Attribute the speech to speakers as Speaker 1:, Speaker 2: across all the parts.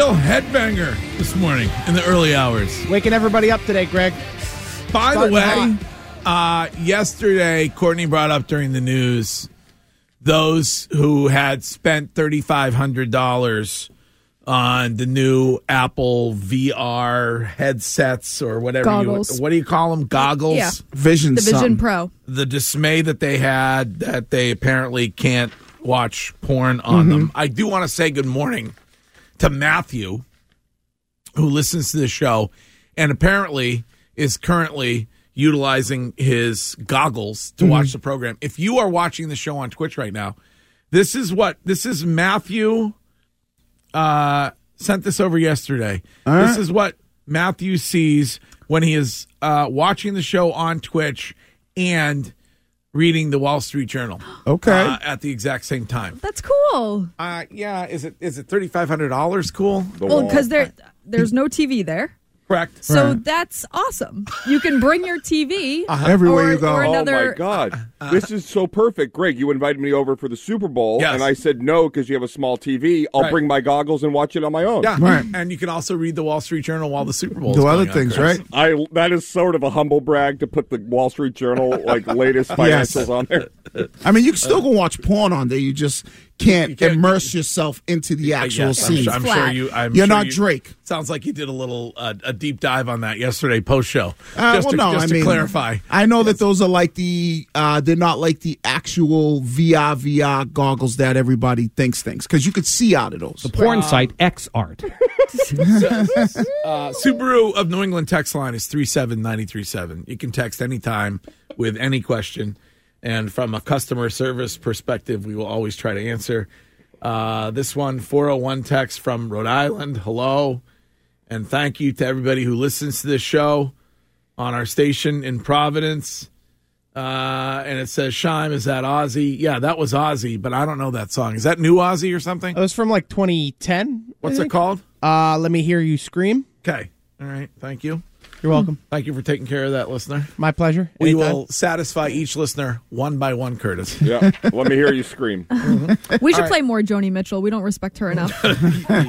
Speaker 1: headbanger this morning in the early hours.
Speaker 2: Waking everybody up today, Greg.
Speaker 1: By the way,
Speaker 2: Starting
Speaker 1: uh, yesterday, Courtney brought up during the news those who had spent $3,500 on the new Apple VR headsets or whatever.
Speaker 3: Goggles.
Speaker 1: You, what do you call them? Goggles?
Speaker 3: Yeah.
Speaker 4: Vision
Speaker 3: The Vision
Speaker 4: something.
Speaker 3: Pro.
Speaker 1: the dismay that they had that they apparently can't watch porn on them. I do want to say good morning to Matthew, who listens to the show and apparently is currently utilizing his goggles to watch the program. If you are watching the show on Twitch right now, this is what this is Matthew uh sent this over yesterday. This is what Matthew sees when he is uh watching the show on Twitch and reading the Wall Street Journal
Speaker 4: Okay.
Speaker 1: uh, at the exact same time.
Speaker 3: That's cool.
Speaker 1: Uh yeah, is it is it $3500 cool?
Speaker 3: Well, because there there's no TV there,
Speaker 1: Correct.
Speaker 3: so
Speaker 4: Right. Uh-huh.
Speaker 3: that's awesome. You can bring your TV.
Speaker 4: Everywhere
Speaker 3: Or-
Speaker 4: you go.
Speaker 3: or
Speaker 5: Oh
Speaker 3: another-
Speaker 5: my God! This is so perfect, Greg. You invited me over for the Super Bowl,
Speaker 1: Yes.
Speaker 5: and I said no because you have a small TV. I'll
Speaker 1: Right.
Speaker 5: bring my goggles and watch it on my own.
Speaker 1: Yeah.
Speaker 4: Right.
Speaker 1: And you can also read the Wall Street Journal while the Super Bowl is
Speaker 4: Do
Speaker 1: going
Speaker 4: other
Speaker 1: on,
Speaker 4: things,
Speaker 1: Chris.
Speaker 4: right?
Speaker 5: I that is sort of a humble brag to put the Wall Street Journal like latest
Speaker 4: Yes.
Speaker 5: financials on there.
Speaker 4: I mean, you can still go watch porn on there. You just can't,
Speaker 1: Uh, You can't-
Speaker 4: immerse yourself into the actual
Speaker 1: Yes, I'm,
Speaker 4: scene.
Speaker 1: su- I'm sure
Speaker 3: Flat.
Speaker 1: you. I'm
Speaker 4: You're
Speaker 1: sure
Speaker 4: not
Speaker 1: you-
Speaker 4: Drake.
Speaker 1: Sounds like you did a little uh, a deep dive on that yesterday post show.
Speaker 4: Uh,
Speaker 1: just
Speaker 4: well,
Speaker 1: to,
Speaker 4: no,
Speaker 1: just
Speaker 4: I
Speaker 1: to
Speaker 4: mean,
Speaker 1: clarify.
Speaker 4: I know that those are like the, uh, they're not like the actual VR, VR goggles that everybody thinks things because you could see out of those.
Speaker 6: Porn site X Art.
Speaker 1: Subaru of New England text line is three seven ninety three seven. You can text anytime with any question, and from a customer service perspective, we will always try to answer. Uh, this one four hundred one text from Rhode Island. Hello, and thank you to everybody who listens to this show on our station in Providence. Uh, and it says, "Shime, is that Ozzy? Yeah, that was Ozzy, but I don't know that song. Is that new Ozzy or something?
Speaker 2: It was from like 2010.
Speaker 1: What's it called?
Speaker 2: Uh, let me hear you scream.
Speaker 1: Okay, all right. Thank you,
Speaker 2: You're welcome.
Speaker 1: thank you for taking care of that, listener."
Speaker 2: My pleasure.
Speaker 1: We
Speaker 2: Anytime.
Speaker 1: will satisfy each listener one by one, Curtis.
Speaker 5: Yeah, let me hear you scream.
Speaker 3: We should play more Joni Mitchell. We don't respect her enough.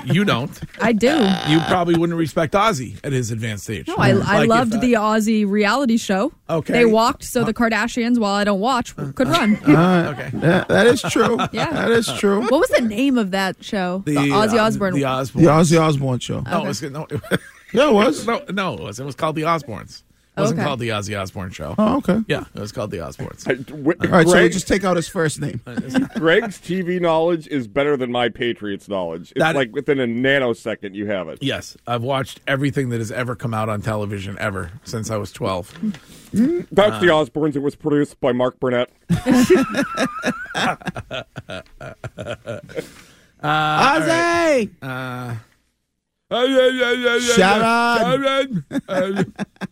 Speaker 1: you don't.
Speaker 3: I do.
Speaker 1: You probably wouldn't respect Ozzy at his advanced age.
Speaker 3: No, I, I
Speaker 1: Like
Speaker 3: loved
Speaker 1: if, uh,
Speaker 3: the Aussie reality show.
Speaker 1: Okay.
Speaker 3: They walked so the Kardashians, while I don't watch, could run.
Speaker 1: okay.
Speaker 4: That- that is true.
Speaker 3: Yeah.
Speaker 4: That is true.
Speaker 3: what was the name of that show? The, Aussie
Speaker 1: uh,
Speaker 3: Osbourne.
Speaker 1: The Osbournes.
Speaker 4: The Ozzy Osbourne show.
Speaker 1: No, it was, no,
Speaker 4: Yeah, it was.
Speaker 1: no, no, it wasn't. It was called The Osbournes. It wasn't
Speaker 3: Okay.
Speaker 1: called The Ozzy Osbourne Show.
Speaker 4: Oh, okay.
Speaker 1: Yeah, it was called The Osbournes.
Speaker 5: I- w-
Speaker 4: All right, so we
Speaker 5: Greg-
Speaker 4: just take out his first name.
Speaker 1: Uh,
Speaker 5: Greg's TV knowledge is better than my Patriots knowledge. It's
Speaker 1: That-
Speaker 5: like within a nanosecond you have it.
Speaker 1: Yes, I've watched everything that has ever come out on television ever since I was 12.
Speaker 5: That's
Speaker 4: uh,
Speaker 5: the Osbournes. It was produced by Mark Burnett.
Speaker 4: Ozzy!
Speaker 1: Uh,
Speaker 4: Shut up.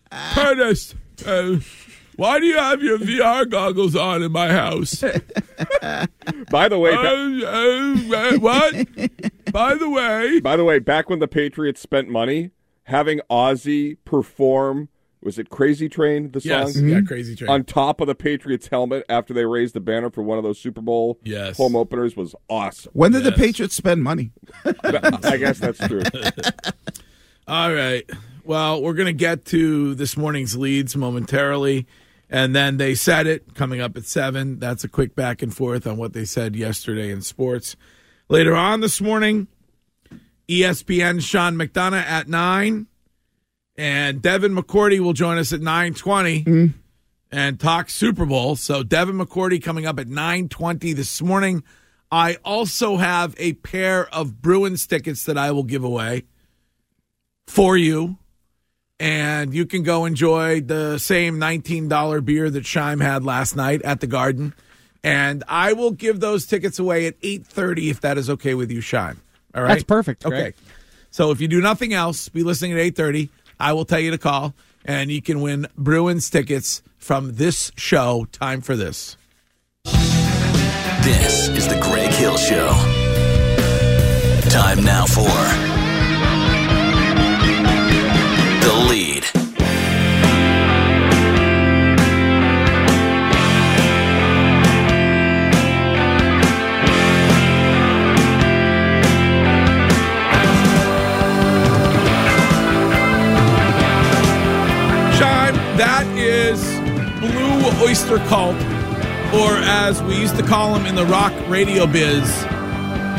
Speaker 1: Curtis, uh, why do you have your VR goggles on in my house?
Speaker 5: By the way,
Speaker 4: Oh,
Speaker 5: ba-
Speaker 1: Oh, what? By the way,
Speaker 5: by the way, back when the Patriots spent money, having Ozzy perform was it Crazy Train the song
Speaker 1: yes,
Speaker 4: Mm-hmm.
Speaker 1: yeah, crazy train.
Speaker 5: on top of the Patriots helmet after they raised the banner for one of those Super Bowl
Speaker 1: Yes.
Speaker 5: home openers was awesome.
Speaker 4: When did the Patriots spend money?
Speaker 5: But I guess that's true.
Speaker 1: All right. Well, we're going to get to this morning's leads momentarily. And then they said it coming up at seven. That's a quick back and forth on what they said yesterday in sports. Later on this morning, E ESPN Sean McDonough at nine, and Devin McCourty will join us at nine twenty and talk Super Bowl. So Devin McCourty coming up at nine twenty this morning. I also have a pair of Bruins tickets that I will give away for you. And you can go enjoy the same $19 beer that Shime had last night at the Garden. And I will give those tickets away at 8.30 if that is okay with you, Shime. All right?
Speaker 2: That's perfect,
Speaker 1: Okay.
Speaker 2: Greg.
Speaker 1: So if you do nothing else, be listening at 8.30. I will tell you to call, and you can win Bruins tickets from this show, Time for This.
Speaker 7: This is the Greg Hill Show. Time now for the lead.
Speaker 1: That is Blue Oyster Cult, or as we used to call him in the rock radio biz,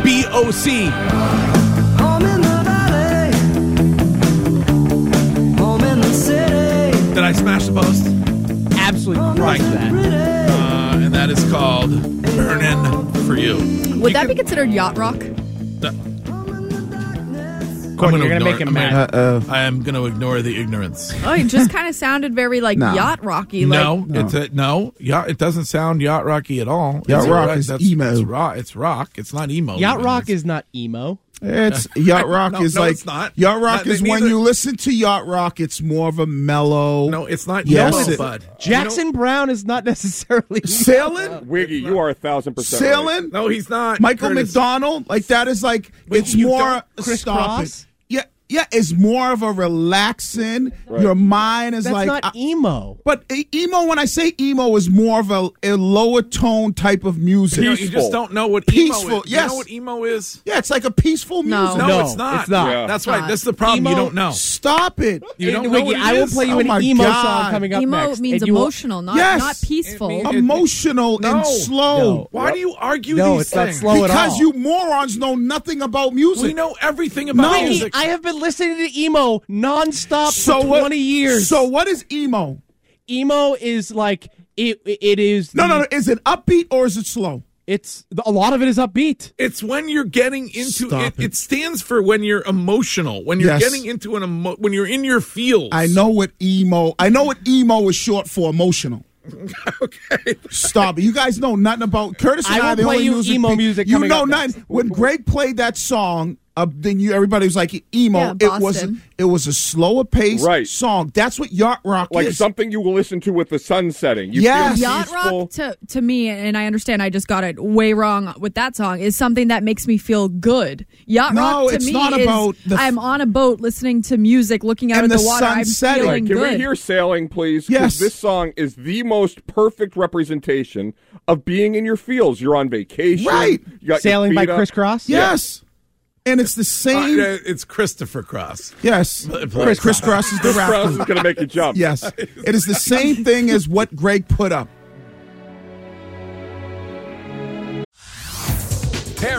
Speaker 1: BOC. Did I smash the post?
Speaker 2: Absolutely crushed that.
Speaker 1: Uh, and that is called Burnin' for You.
Speaker 3: Would that be considered yacht rock?
Speaker 2: Courtney,
Speaker 1: gonna
Speaker 2: you're gonna
Speaker 1: ignore-
Speaker 2: make him
Speaker 1: I'm gonna-
Speaker 2: mad.
Speaker 1: I am going to ignore the ignorance.
Speaker 3: Oh, it just kind of sounded very like
Speaker 4: No.
Speaker 3: yacht rocky. Like,
Speaker 1: No, it's a, no. Yeah, it doesn't sound yacht rocky at all.
Speaker 4: Yacht
Speaker 1: It's
Speaker 4: rock
Speaker 1: right,
Speaker 4: is
Speaker 1: that's,
Speaker 4: emo.
Speaker 1: It's rock. It's rock. It's not emo.
Speaker 2: Yacht
Speaker 1: even.
Speaker 2: Rock
Speaker 1: It's-
Speaker 2: is not emo.
Speaker 4: It's yacht rock
Speaker 1: No,
Speaker 4: is
Speaker 1: no,
Speaker 4: like
Speaker 1: it's not.
Speaker 4: yacht rock
Speaker 1: Not-
Speaker 4: is when
Speaker 1: neither-
Speaker 4: you listen to yacht rock. It's more of a mellow.
Speaker 1: no. It's not
Speaker 4: Yes,
Speaker 1: yellow,
Speaker 4: it-
Speaker 1: bud.
Speaker 2: Jackson Brown is not necessarily
Speaker 4: sailing,
Speaker 5: Wiggy, you are a thousand percent right.
Speaker 4: sailing.
Speaker 1: No, he's not.
Speaker 4: Michael
Speaker 1: Curtis.
Speaker 4: McDonald, like that is like
Speaker 1: Wait,
Speaker 4: it's
Speaker 1: you
Speaker 4: more
Speaker 1: don't-
Speaker 2: Chris
Speaker 4: stop
Speaker 2: Cross?
Speaker 4: it. Yeah, yeah, it's more of a relaxing. Your mind is
Speaker 2: That's
Speaker 4: like
Speaker 2: not
Speaker 4: I-
Speaker 2: emo.
Speaker 4: but e- emo when I say emo is more of a, a lower tone type of music.
Speaker 1: You, know, you just
Speaker 5: Peaceful.
Speaker 1: don't know what emo
Speaker 4: Peaceful,
Speaker 1: is. You
Speaker 4: yes.
Speaker 1: know what emo is?
Speaker 4: Yeah, it's like a peaceful
Speaker 3: No.
Speaker 4: music.
Speaker 1: No,
Speaker 2: No,
Speaker 1: it's not.
Speaker 2: it's not.
Speaker 5: Yeah.
Speaker 1: That's
Speaker 3: It's
Speaker 1: right.
Speaker 3: not.
Speaker 1: That's the problem. you
Speaker 2: Emo-
Speaker 1: don't know.
Speaker 4: Stop it.
Speaker 1: You don't
Speaker 2: And
Speaker 1: know
Speaker 2: Wiggy,
Speaker 1: what it
Speaker 2: I will
Speaker 1: is?
Speaker 2: play you
Speaker 4: Oh
Speaker 2: an
Speaker 4: my
Speaker 2: emo
Speaker 4: God.
Speaker 2: song coming up
Speaker 3: emo
Speaker 2: next.
Speaker 3: means
Speaker 2: and you will-
Speaker 3: emotional, not
Speaker 4: Yes.
Speaker 3: not peaceful.
Speaker 1: It means-
Speaker 4: Emotional
Speaker 1: No.
Speaker 4: and slow.
Speaker 1: Why do you argue
Speaker 2: No,
Speaker 1: these
Speaker 2: it's not
Speaker 1: things?
Speaker 2: slow. at
Speaker 4: Because
Speaker 2: all.
Speaker 4: you morons know nothing about music.
Speaker 1: We know everything about
Speaker 4: No.
Speaker 2: Wiggy,
Speaker 1: music.
Speaker 2: I have been listening to emo nonstop
Speaker 4: so
Speaker 2: for
Speaker 4: what-
Speaker 2: 20 years.
Speaker 4: So what is emo?
Speaker 2: emo is like it. It is
Speaker 4: No,
Speaker 2: the-
Speaker 4: no, no. Is it upbeat or is it slow?
Speaker 2: It's a lot of it is upbeat.
Speaker 1: It's when you're getting into
Speaker 4: Stop
Speaker 1: it,
Speaker 4: it.
Speaker 1: it. stands for when you're emotional, when you're
Speaker 4: Yes.
Speaker 1: getting into an emo- when you're in your feels.
Speaker 4: I know what emo. I know what emo is short for emotional.
Speaker 1: Okay.
Speaker 4: Stop it! You guys know nothing about Curtis.
Speaker 2: I
Speaker 4: And I,
Speaker 2: will
Speaker 4: are the
Speaker 2: play
Speaker 4: only
Speaker 2: you
Speaker 4: music
Speaker 2: emo
Speaker 4: pe-
Speaker 2: music
Speaker 4: You
Speaker 2: coming
Speaker 4: know
Speaker 2: up
Speaker 4: nothing. When Greg played that song, uh, then you everybody was like
Speaker 3: Yeah,
Speaker 4: emo. it was
Speaker 3: Boston.
Speaker 4: it was a slower paced
Speaker 5: Right.
Speaker 4: song. That's what yacht rock
Speaker 5: Like
Speaker 4: is.
Speaker 5: something you will listen to with the sun setting. You
Speaker 4: Yes.
Speaker 5: feel
Speaker 3: Yacht
Speaker 5: peaceful.
Speaker 3: rock to, to me, and I understand I just got it way wrong with that song, is something that makes me feel good. Yacht
Speaker 4: No,
Speaker 3: rock to
Speaker 4: it's
Speaker 3: me
Speaker 4: not
Speaker 3: is
Speaker 4: about the-
Speaker 3: I'm on a boat listening to music, looking out
Speaker 4: And
Speaker 3: at
Speaker 4: the
Speaker 3: the water.
Speaker 4: sun
Speaker 3: I'm
Speaker 4: setting.
Speaker 5: All right,
Speaker 3: feeling
Speaker 5: can
Speaker 3: good.
Speaker 5: we hear sailing, please? 'Cause
Speaker 4: Yes.
Speaker 5: This song is the most perfect representation of being in your fields. You're on vacation.
Speaker 4: Right.
Speaker 5: You got your
Speaker 2: Sailing by
Speaker 5: feet up.
Speaker 2: Chris Cross.
Speaker 4: yes, and it's the same.
Speaker 1: Uh, it's Christopher Cross.
Speaker 4: yes, Chris, Chris Cross is the
Speaker 5: Chris Cross
Speaker 4: rapper.
Speaker 5: is going to make you jump.
Speaker 4: Yes, it is the same thing as what Greg put up.
Speaker 6: Hey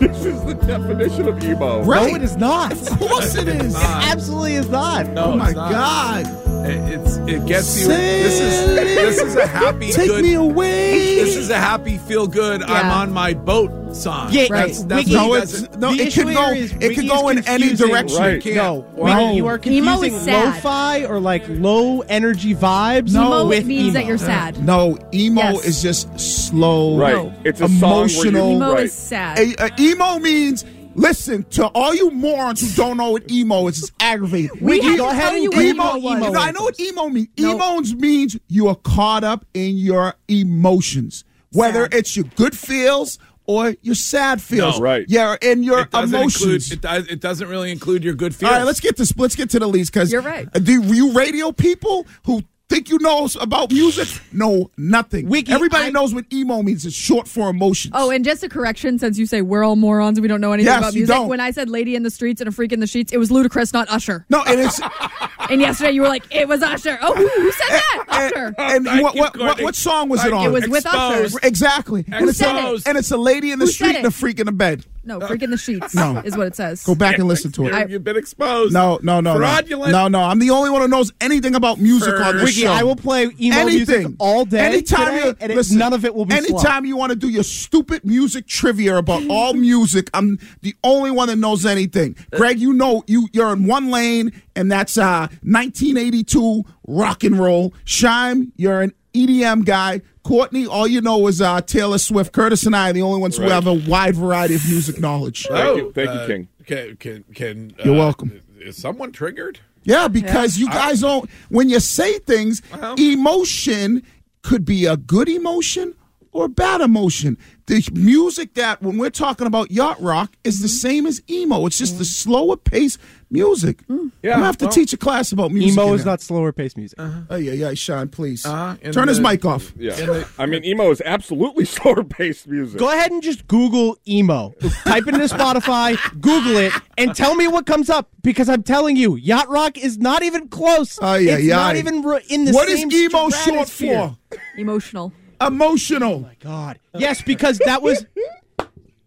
Speaker 5: This is the definition of emo.
Speaker 4: Right?
Speaker 2: No, it is not.
Speaker 4: Of course it is.
Speaker 2: Absolutely is not.
Speaker 1: No,
Speaker 4: oh my
Speaker 1: it's not.
Speaker 4: God!
Speaker 1: It, it's it gets you. This is this is a happy
Speaker 4: Take
Speaker 1: good.
Speaker 4: me away.
Speaker 1: This is a happy feel good. I'm
Speaker 3: Yeah.
Speaker 1: on my boat song.
Speaker 2: Yeah,
Speaker 1: that's,
Speaker 2: right.
Speaker 1: that's
Speaker 2: Wiggy,
Speaker 1: what
Speaker 4: no,
Speaker 1: he
Speaker 4: it's,
Speaker 1: does.
Speaker 4: no.
Speaker 2: The
Speaker 4: It
Speaker 2: issue
Speaker 4: could go.
Speaker 2: here is
Speaker 4: It could
Speaker 2: Wiggy's
Speaker 4: go in any
Speaker 2: confusing-
Speaker 4: direction.
Speaker 5: Right.
Speaker 1: can't.
Speaker 2: No,
Speaker 1: Wow.
Speaker 2: Wiggy, you are
Speaker 3: Emo is
Speaker 2: confusing
Speaker 3: sad.
Speaker 2: lo-fi or like low energy vibes
Speaker 3: emo
Speaker 2: with
Speaker 3: means
Speaker 2: emo.
Speaker 3: that you're sad.
Speaker 4: No, emo
Speaker 3: Yes.
Speaker 4: is just slow,
Speaker 5: Right.
Speaker 3: No.
Speaker 5: It's a song where
Speaker 4: Emotional.
Speaker 5: you,
Speaker 3: emo
Speaker 5: right.
Speaker 3: is sad.
Speaker 4: A, a emo means listen to all you morons who don't know what emo is. It's aggravating.
Speaker 3: we
Speaker 2: Wiggy,
Speaker 3: had
Speaker 2: go
Speaker 3: to
Speaker 2: ahead
Speaker 3: tell
Speaker 2: and
Speaker 3: you
Speaker 2: do
Speaker 3: what
Speaker 2: emo,
Speaker 3: emo
Speaker 2: emo.
Speaker 3: was.
Speaker 4: No, I know what emo means. Emo means you are caught up in your emotions, whether
Speaker 3: Sad.
Speaker 4: it's your good feels or your sad feels.
Speaker 5: No. Right.
Speaker 4: Yeah, and your
Speaker 1: It doesn't
Speaker 4: emotions.
Speaker 1: Include, it, does, it doesn't really include your good
Speaker 4: All
Speaker 1: feelings.
Speaker 4: right, let's get this. Let's get to the leads because
Speaker 3: You're right.
Speaker 4: Do you radio people who think you know about music know nothing?
Speaker 2: Wiki,
Speaker 4: Everybody
Speaker 2: I-
Speaker 4: knows what emo means. It's short for emotions.
Speaker 3: Oh, and just a correction, since you say we're all morons and we don't know anything
Speaker 4: Yes,
Speaker 3: about
Speaker 4: you
Speaker 3: music.
Speaker 4: don't.
Speaker 3: When I said "lady in the streets" and "a freak in the sheets," it was ludicrous, not Usher.
Speaker 4: no, and it's
Speaker 3: And yesterday you were like, "It was Usher." Oh, who, who said that? Usher.
Speaker 4: and
Speaker 1: Thank
Speaker 4: what
Speaker 1: you,
Speaker 4: what, what
Speaker 1: Courtney.
Speaker 4: what song was it
Speaker 1: Thank
Speaker 4: on?
Speaker 1: you.
Speaker 3: It was with
Speaker 1: Exposed.
Speaker 3: Usher.
Speaker 4: exactly. And it's,
Speaker 3: said
Speaker 4: a,
Speaker 1: it?
Speaker 4: and it's a lady in the
Speaker 3: Who said
Speaker 4: street and a
Speaker 3: it?
Speaker 4: freak in the bed.
Speaker 3: No, freak in the sheets
Speaker 4: No.
Speaker 3: is what it says.
Speaker 4: Go back and listen to it.
Speaker 1: You're- You've been exposed.
Speaker 4: no, no, no, no,
Speaker 1: Fraudulent.
Speaker 4: no, no. I'm the only one who knows anything about music on this
Speaker 2: Wiggy,
Speaker 4: show.
Speaker 2: I will play emo
Speaker 4: anything
Speaker 2: music all day
Speaker 4: Anytime
Speaker 2: today,
Speaker 4: you,
Speaker 2: and it-
Speaker 4: listen,
Speaker 2: none of it will be slow.
Speaker 4: Anytime you want to do your stupid music trivia about all music, I'm the only one that knows anything. Greg, you know you you're in one lane, and that's uh 1982 rock and roll. Shime, you're an EDM guy. Courtney, all you know is uh, Taylor Swift. Curtis and I are the only ones who
Speaker 5: Right.
Speaker 4: have a wide variety of music knowledge.
Speaker 5: Thank you- thank you, King.
Speaker 1: Can can can? uh,
Speaker 4: You're welcome.
Speaker 1: Is someone triggered?
Speaker 4: Yeah, because you guys don't. When you say things,
Speaker 1: Uh-huh.
Speaker 4: emotion could be a good emotion or a bad emotion. The music that when we're talking about yacht rock is the
Speaker 1: Mm-hmm.
Speaker 4: same as emo. It's just the slower pace music. I'm gonna have to
Speaker 1: Mm. well-
Speaker 4: teach a class about music.
Speaker 2: Emo
Speaker 4: in
Speaker 2: is
Speaker 4: there.
Speaker 2: not slower paced music.
Speaker 4: Oh yeah, yeah, Sean, please
Speaker 1: Uh-huh, and
Speaker 4: turn his
Speaker 1: the-
Speaker 4: mic off.
Speaker 5: Yeah. I mean, emo is absolutely slower based music.
Speaker 2: Go ahead and just Google emo. Type it into Spotify, Google it, and tell me what comes up because I'm telling you, yacht rock is not even close.
Speaker 4: Ay,
Speaker 2: it's
Speaker 4: ay,
Speaker 2: not
Speaker 4: ay.
Speaker 2: even ro- in the
Speaker 4: What is
Speaker 2: same
Speaker 4: emo short
Speaker 2: stratosphere.
Speaker 4: for?
Speaker 3: Emotional.
Speaker 1: Oh,
Speaker 4: Emotional.
Speaker 2: God. Yes, because that was.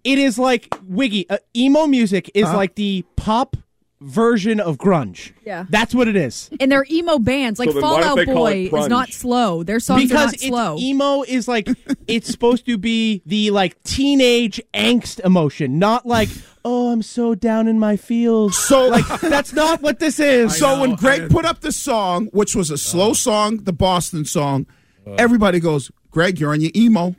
Speaker 2: It is like Wiggy. Uh, emo music is
Speaker 4: Uh-huh.
Speaker 2: like the pop version of grunge.
Speaker 3: Yeah.
Speaker 2: That's what it is.
Speaker 3: And they're emo bands. Like
Speaker 5: So then why don't
Speaker 3: Fallout
Speaker 5: they call
Speaker 3: Boy
Speaker 5: it
Speaker 3: is not
Speaker 5: grunge?
Speaker 3: slow. Their songs are
Speaker 2: Because
Speaker 3: not
Speaker 2: it's,
Speaker 3: slow.
Speaker 2: emo is like it's supposed to be the like teenage angst emotion, not like oh I'm so down in my feels.
Speaker 4: So
Speaker 2: like that's not what this is.
Speaker 4: So
Speaker 1: know,
Speaker 4: when
Speaker 1: I
Speaker 4: Greg
Speaker 1: didn't- Uh-huh.
Speaker 4: put up the song, which was a slow song, the Boston song, everybody goes, "Greg, you're on your emo."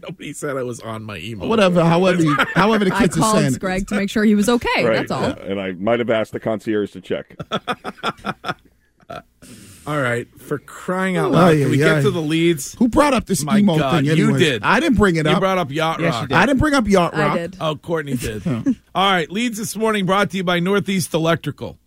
Speaker 1: Nobody said I was on my email.
Speaker 4: Whatever, however, you, however the
Speaker 3: I
Speaker 4: kids are saying.
Speaker 3: called
Speaker 4: it.
Speaker 3: Greg to make sure he was okay.
Speaker 5: Right.
Speaker 3: That's all.
Speaker 5: Yeah, And I might have asked the concierge to check.
Speaker 1: All right, for crying out
Speaker 4: Ooh.
Speaker 1: loud,
Speaker 4: Ay,
Speaker 1: can we
Speaker 4: ay,
Speaker 1: get
Speaker 4: ay.
Speaker 1: to the leads?
Speaker 4: Who brought up this
Speaker 1: My
Speaker 4: emo
Speaker 1: God,
Speaker 4: thing?
Speaker 1: you
Speaker 4: anyways?
Speaker 1: did.
Speaker 4: I didn't bring it
Speaker 1: You
Speaker 4: up.
Speaker 1: brought up yacht
Speaker 2: Yes, you
Speaker 1: rock.
Speaker 2: did.
Speaker 4: I didn't bring up yacht rock.
Speaker 3: I did.
Speaker 1: Oh, Courtney did. All right, leads this morning brought to you by Northeast Electrical.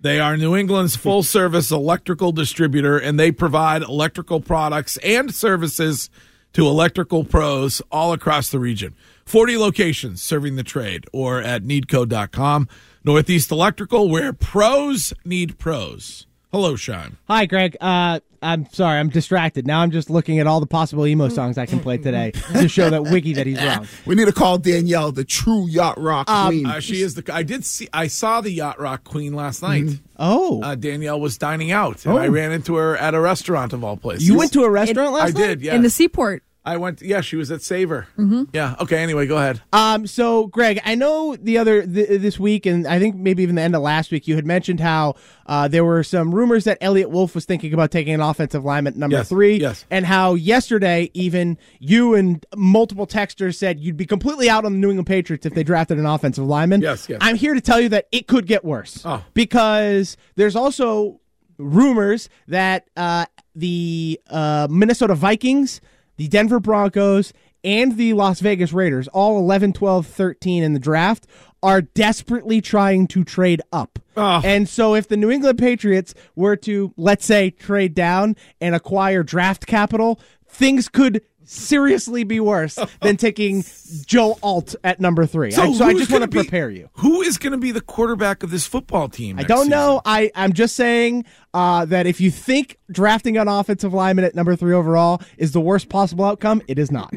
Speaker 1: They are New England's full service electrical distributor, and they provide electrical products and services to electrical pros all across the region. 40 locations serving the trade or at needco.com. Northeast Electrical, where pros need pros. Hello, Sean.
Speaker 2: Hi, Greg. Uh, I'm sorry, I'm distracted. Now I'm just looking at all the possible emo songs I can play today to show that Wiggy that he's wrong.
Speaker 4: We need to call Danielle the true yacht rock
Speaker 2: Um,
Speaker 4: queen.
Speaker 1: Uh, she is the. I did see. I saw the yacht rock queen last night.
Speaker 2: Oh,
Speaker 1: Uh, Danielle was dining out, and I ran into her at a restaurant of all places.
Speaker 2: you went to a restaurant last
Speaker 1: I
Speaker 2: night. Mm-hmm.
Speaker 1: did. Yeah.
Speaker 3: In the seaport.
Speaker 1: I went. Yeah, she was at Savor. Yeah. Okay. Anyway, go ahead.
Speaker 2: Um, so Greg, I know the other th- this week, and I think maybe even the end of last week, you had mentioned how uh, there were some rumors that Elliot Wolf was thinking about taking an offensive lineman at number
Speaker 1: Yes,
Speaker 2: three,
Speaker 1: yes.
Speaker 2: and how yesterday even you and multiple texters said you'd be completely out on the New England Patriots if they drafted an offensive lineman.
Speaker 1: Yes, yes.
Speaker 2: I'm here to tell you that it could get worse
Speaker 1: Oh.
Speaker 2: because there's also rumors that uh, the uh, Minnesota Vikings, the Denver Broncos, and the Las Vegas Raiders, all 11, 12, 13 in the draft, are desperately trying to trade up.
Speaker 1: Oh.
Speaker 2: And so if the New England Patriots were to, let's say, trade down and acquire draft capital, things could seriously be worse than taking Joe Alt at number three. I- I
Speaker 1: who's
Speaker 2: just want to
Speaker 1: gonna be-
Speaker 2: prepare you.
Speaker 1: Who is going to be the quarterback of this football team?
Speaker 2: I don't know. I, I'm just saying uh, that if you think drafting an offensive lineman at number three overall is the worst possible outcome, it is not.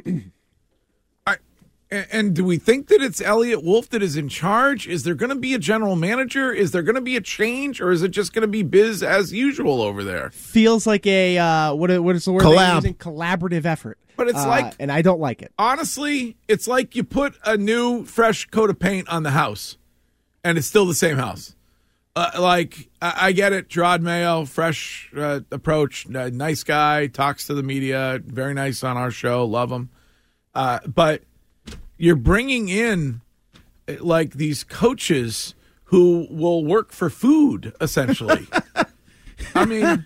Speaker 1: And, and do we think that it's Elliot Wolf that is in charge? Is there going to be a general manager? Is there going to be a change, or is it just going to be biz as usual over there?
Speaker 2: Feels like a uh, what? What is the word?
Speaker 4: Collab.
Speaker 2: they're Using collaborative effort.
Speaker 1: But it's
Speaker 2: Uh,
Speaker 1: like-
Speaker 2: and I don't like it.
Speaker 1: Honestly, it's like you put a new fresh coat of paint on the house, and it's still the same house. Uh, like I, I get it, Gerard Mayo, fresh uh, approach, n- nice guy, talks to the media, very nice on our show, love him. Uh, but you're bringing in uh, like these coaches who will work for food essentially. I mean,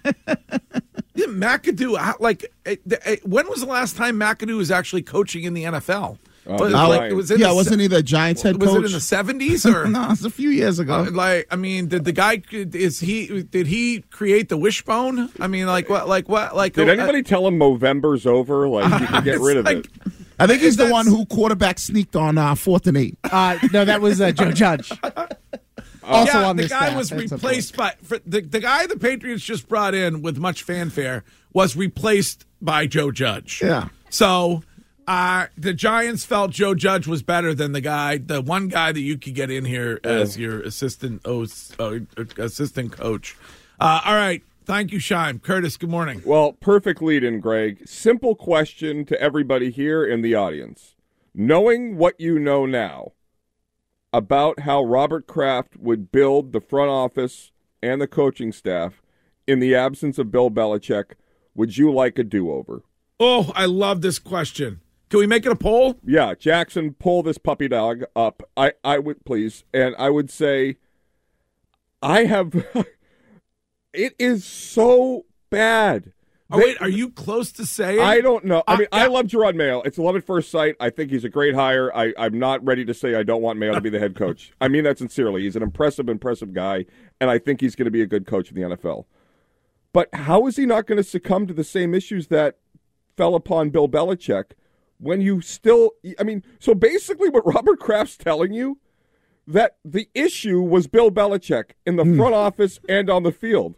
Speaker 1: yeah, McAdoo, how- like, it- it- when was the last time McAdoo was actually coaching in the NFL? was, it, like,
Speaker 5: the Giants.
Speaker 1: it was in
Speaker 4: yeah,
Speaker 1: the,
Speaker 4: wasn't he the Giants head
Speaker 1: was
Speaker 4: coach?
Speaker 1: it in the Uh, seventies or
Speaker 4: no, it's a few years ago.
Speaker 1: like? I mean, did the guy is he did he create the wishbone? I mean, like what? Like what? Like
Speaker 5: Did anybody tell him Movember's over? Like, you can get
Speaker 1: It's
Speaker 5: rid of
Speaker 1: like-
Speaker 5: it.
Speaker 4: I think he's the
Speaker 1: That's-
Speaker 4: one who quarterback sneaked on uh, fourth and eight.
Speaker 2: Uh, no, that was uh, Joe Judge. also
Speaker 1: uh, yeah,
Speaker 2: on
Speaker 1: the
Speaker 2: this
Speaker 1: guy
Speaker 2: staff
Speaker 1: was
Speaker 2: at some point.
Speaker 1: replaced by for, the the guy the Patriots just brought in with much fanfare was replaced by Joe Judge.
Speaker 4: Yeah.
Speaker 1: So uh, the Giants felt Joe Judge was better than the guy, the one guy that you could get in here as your assistant oh, uh, assistant coach. Uh, all right, thank you, Shime. Curtis, good morning.
Speaker 5: Well, perfect lead in, Greg. Simple question to everybody here in the audience. Knowing what you know now about how Robert Kraft would build the front office and the coaching staff in the absence of Bill Belichick, would you like a do over?
Speaker 1: Oh, I love this question. Can we make it a poll?
Speaker 5: Yeah, Jackson, pull this puppy dog up. I, I would please, and I would say, I have. it is so bad.
Speaker 1: Oh, wait, are you close to saying?
Speaker 5: I don't know. I mean, I love Gerard Mayo. It's love at first sight. I think he's a great hire. I, I'm not ready to say I don't want Mayo to be the head coach. I mean that sincerely. He's an impressive, impressive guy, and I think he's going to be a good coach in the NFL. But how is he not going to succumb to the same issues that fell upon Bill Belichick when you still? I mean, so basically, what Robert Kraft's telling you that the issue was Bill Belichick in the front office and on the field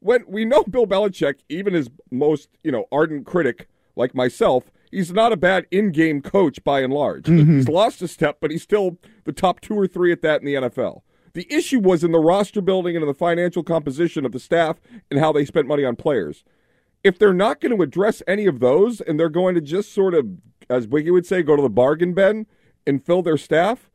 Speaker 5: when we know Bill Belichick, even his most you know ardent critic like myself, he's not a bad in-game coach by and large. He's lost a step, but he's still the top two or three at that in the NFL. The issue was in the roster building and in the financial composition of the staff and how they spent money on players. If they're not going to address any of those and they're going to just sort of, as Wiggy would say, go to the bargain bin and fill their staff,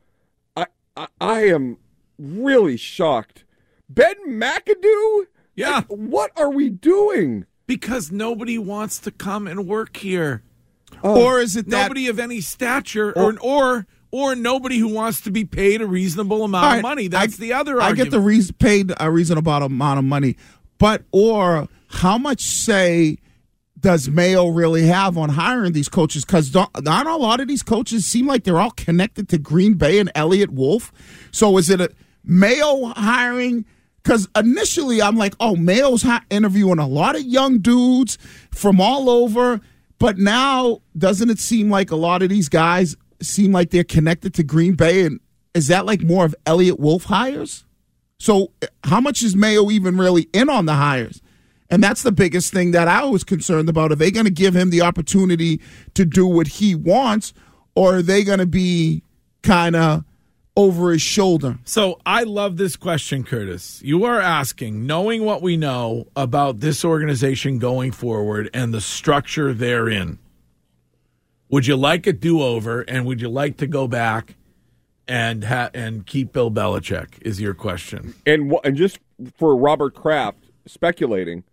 Speaker 5: I I, I am really shocked. Ben McAdoo
Speaker 1: Yeah,
Speaker 5: what are we doing?
Speaker 1: because nobody wants to come and work here.
Speaker 2: Oh.
Speaker 4: or is it that
Speaker 1: nobody of any stature, or or or nobody who wants to be paid a reasonable amount
Speaker 4: All
Speaker 1: of
Speaker 4: right,
Speaker 1: money. That's the other.
Speaker 4: I
Speaker 1: argument.
Speaker 4: get the reas paid a reasonable amount of money, but or how much say does Mayo really have on hiring these coaches? Because not a lot of these coaches seem like they're all connected to Green Bay and Elliot Wolf. So is it a Mayo hiring? Because initially I'm like, oh, Mayo's hi- interviewing a lot of young dudes from all over. But now, doesn't it seem like a lot of these guys seem like they're connected to Green Bay? And is that like more of Elliot Wolf hires? So, uh, how much is Mayo even really in on the hires? And that's the biggest thing that I was concerned about. Are they going to give him the opportunity to do what he wants, or are they going to be kind of over his shoulder?
Speaker 1: So I love this question, Curtis. You are asking, knowing what we know about this organization going forward and the structure therein, would you like a do over and would you like to go back and ha- and keep Bill Belichick? Is your question.
Speaker 5: And wh- and just for Robert Kraft speculating,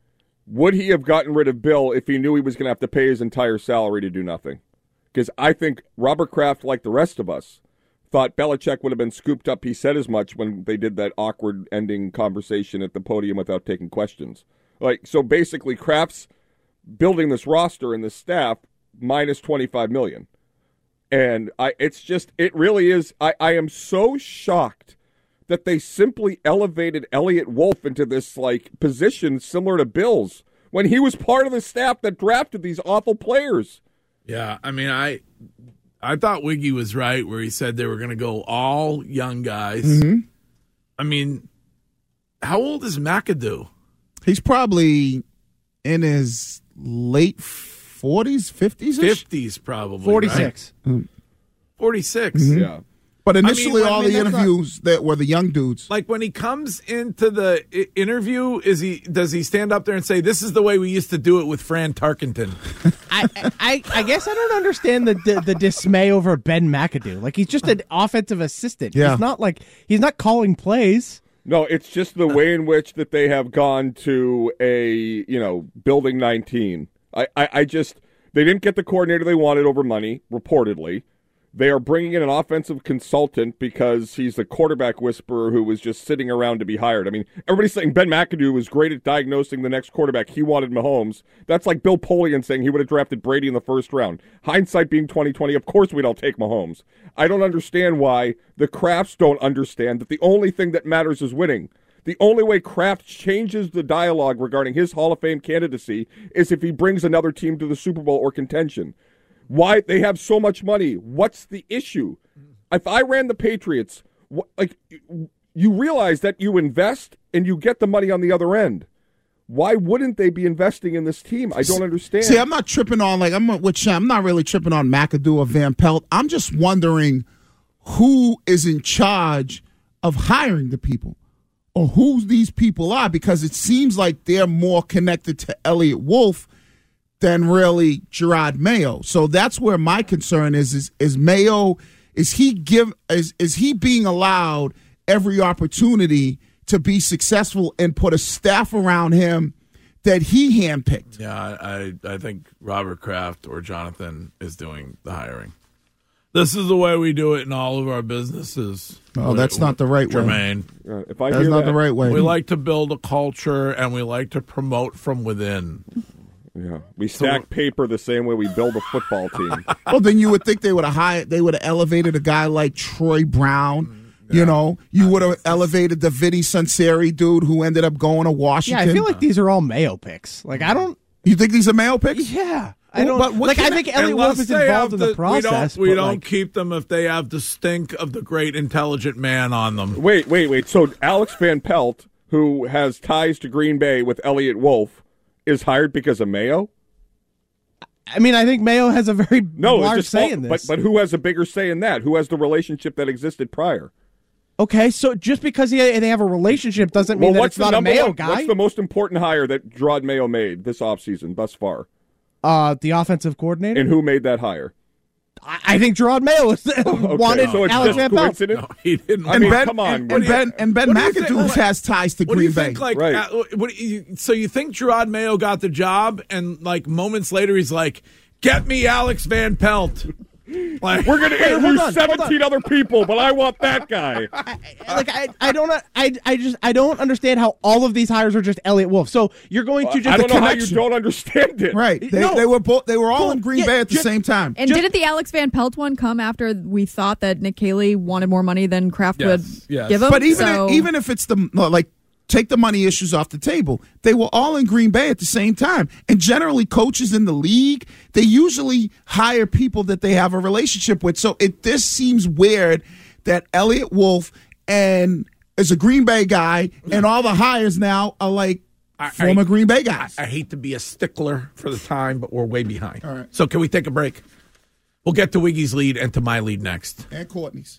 Speaker 5: would he have gotten rid of Bill if he knew he was going to have to pay his entire salary to do nothing? Because I think Robert Kraft, like the rest of us, thought Belichick would have been scooped up. He said as much when they did that awkward ending conversation at the podium without taking questions. Like so, basically, Kraft's building this roster and this staff minus twenty five million. and I it's just it really is I, I am so shocked that they simply elevated Elliot Wolf into this like position similar to Bill's when he was part of the staff that drafted these awful players.
Speaker 1: Yeah, I mean, I I thought Wiggy was right where he said they were going to go all young guys.
Speaker 4: Mm-hmm.
Speaker 1: I mean, how old is McAdoo?
Speaker 4: He's probably in his late 40s, 50s? -ish?
Speaker 1: Fifties probably.
Speaker 2: Forty six.
Speaker 1: Forty Mm-hmm.
Speaker 4: Mm-hmm.
Speaker 5: Yeah.
Speaker 4: But initially,
Speaker 1: I
Speaker 4: all
Speaker 1: mean,
Speaker 4: the
Speaker 1: that's not-
Speaker 4: interviews that were the young dudes.
Speaker 1: like when he comes into the i- interview is he does he stand up there and say this is the way we used to do it with fran tarkenton
Speaker 2: I, I I guess I don't understand the, the the dismay over Ben McAdoo. Like he's just an offensive assistant.
Speaker 4: Yeah.
Speaker 2: He's not like he's not calling plays.
Speaker 5: No, it's just the way in which that they have gone to a you know building nineteen. I, I, I just they didn't get the coordinator they wanted over money reportedly. They are bringing in an offensive consultant because he's the quarterback whisperer who was just sitting around to be hired. I mean, everybody's saying Ben McAdoo was great at diagnosing the next quarterback. He wanted Mahomes. That's like Bill Polian saying he would have drafted Brady in the first round. Hindsight being 2020, of course we'd all take Mahomes. I don't understand why the crafts don't understand that the only thing that matters is winning. The only way Kraft changes the dialogue regarding his Hall of Fame candidacy is if he brings another team to the Super Bowl or contention. Why they have so much money? What's the issue? If I ran the Patriots, wh- like you- you realize that you invest and you get the money on the other end. Why wouldn't they be investing in this team? I don't understand.
Speaker 4: See, I'm not tripping on like I'm with Sean. I'm not really tripping on McAdoo or Van Pelt. I'm just wondering who is in charge of hiring the people or who these people are because it seems like they're more connected to Elliot Wolf than really Gerard Mayo. So that's where my concern is is is Mayo is he give is is he being allowed every opportunity to be successful and put a staff around him that he handpicked.
Speaker 1: Yeah, I, I, I think Robert Kraft or Jonathan is doing the hiring. This is the way we do it in all of our businesses.
Speaker 4: Oh, that's not the right way.
Speaker 1: Jermaine.
Speaker 5: Uh, if I
Speaker 4: That's
Speaker 5: hear
Speaker 4: not
Speaker 5: that,
Speaker 4: the right way.
Speaker 1: We like to build a culture and we like to promote from within.
Speaker 5: Yeah, we stack paper the same way we build a football team.
Speaker 4: well, then you would think they would have hired, they would have elevated a guy like Troy Brown. You know, you would have elevated the Vinny Sanseri dude who ended up going to
Speaker 2: Yeah,
Speaker 4: Washington.
Speaker 2: I feel like these are all Mayo picks. Like I don't.
Speaker 4: you think these are male picks.
Speaker 2: Yeah, I
Speaker 4: Well,
Speaker 2: don't.
Speaker 4: but what
Speaker 2: like I
Speaker 4: can
Speaker 2: think
Speaker 4: I-
Speaker 2: Elliot
Speaker 1: Unless
Speaker 2: Wolf is
Speaker 1: they have
Speaker 2: involved in the
Speaker 1: we don't-
Speaker 2: process.
Speaker 1: We don't,
Speaker 2: but, like,
Speaker 1: keep them if they have the stink of the great intelligent man on them.
Speaker 5: wait, wait, wait. So Alex Van Pelt, who has ties to Green Bay with Elliot Wolf, is hired because of Mayo.
Speaker 2: I mean, I think Mayo has a very
Speaker 5: No, it's
Speaker 2: large
Speaker 5: just
Speaker 2: say
Speaker 5: Paul-
Speaker 2: in
Speaker 5: But
Speaker 2: this.
Speaker 5: but who has a bigger say in that? Who has the relationship that existed prior?
Speaker 2: okay, so just because he, they have a relationship doesn't mean that it's
Speaker 5: the
Speaker 2: not a
Speaker 5: number
Speaker 2: Mayo
Speaker 5: one-
Speaker 2: guy.
Speaker 5: What's the most important hire that Gerard Mayo made this offseason thus far?
Speaker 2: uh, the offensive coordinator.
Speaker 5: And who made that hire?
Speaker 2: I, I think Gerard Mayo was, wanted
Speaker 5: Oh, so it's
Speaker 2: Alex
Speaker 5: just
Speaker 2: Van Pelt.
Speaker 5: coincidence.
Speaker 1: He didn't.
Speaker 5: I
Speaker 4: And
Speaker 5: mean,
Speaker 4: Ben,
Speaker 5: come on,
Speaker 4: and,
Speaker 5: what
Speaker 4: and
Speaker 5: do you-
Speaker 4: Ben and Ben
Speaker 1: what do you think,
Speaker 4: McAdoo
Speaker 1: like-
Speaker 4: has ties to
Speaker 1: What do
Speaker 4: Green
Speaker 1: you
Speaker 4: Bay.
Speaker 1: think? Like,
Speaker 5: Right.
Speaker 1: uh, what do you, so you think Gerard Mayo got the job, and like moments later, he's like, "Get me Alex Van Pelt." Like
Speaker 5: We're going to
Speaker 2: hold
Speaker 5: interview
Speaker 2: on, hold on.
Speaker 5: 17 other people, but I want that guy.
Speaker 2: like I, I don't I, I just I don't understand how all of these hires are just Elliot Wolf. So you're going to just
Speaker 5: I don't know how you
Speaker 2: connection.
Speaker 5: don't understand it.
Speaker 4: right? They,
Speaker 2: No.
Speaker 4: they were both. They were all
Speaker 2: Cool.
Speaker 4: in Green
Speaker 2: Yeah,
Speaker 4: Bay at the
Speaker 2: ju-
Speaker 4: same time.
Speaker 3: And didn't the Alex Van Pelt one come after we thought that Nick Haley wanted more money than Kraft
Speaker 1: Yes,
Speaker 3: would
Speaker 1: yes.
Speaker 3: give him?
Speaker 4: But even
Speaker 3: so,
Speaker 4: if, even if it's the no, like take the money issues off the table, they were all in Green Bay at the same time. And generally, coaches in the league they usually hire people that they have a relationship with. So it this seems weird that Elliot Wolf and is a Green Bay guy, and all the hires now are like
Speaker 1: I-
Speaker 4: former
Speaker 1: I-
Speaker 4: Green Bay guys.
Speaker 1: I hate to be a stickler for the time, but we're way behind. All right. So can we take a break? We'll get to Wiggy's lead and to my lead next.
Speaker 4: and Courtney's.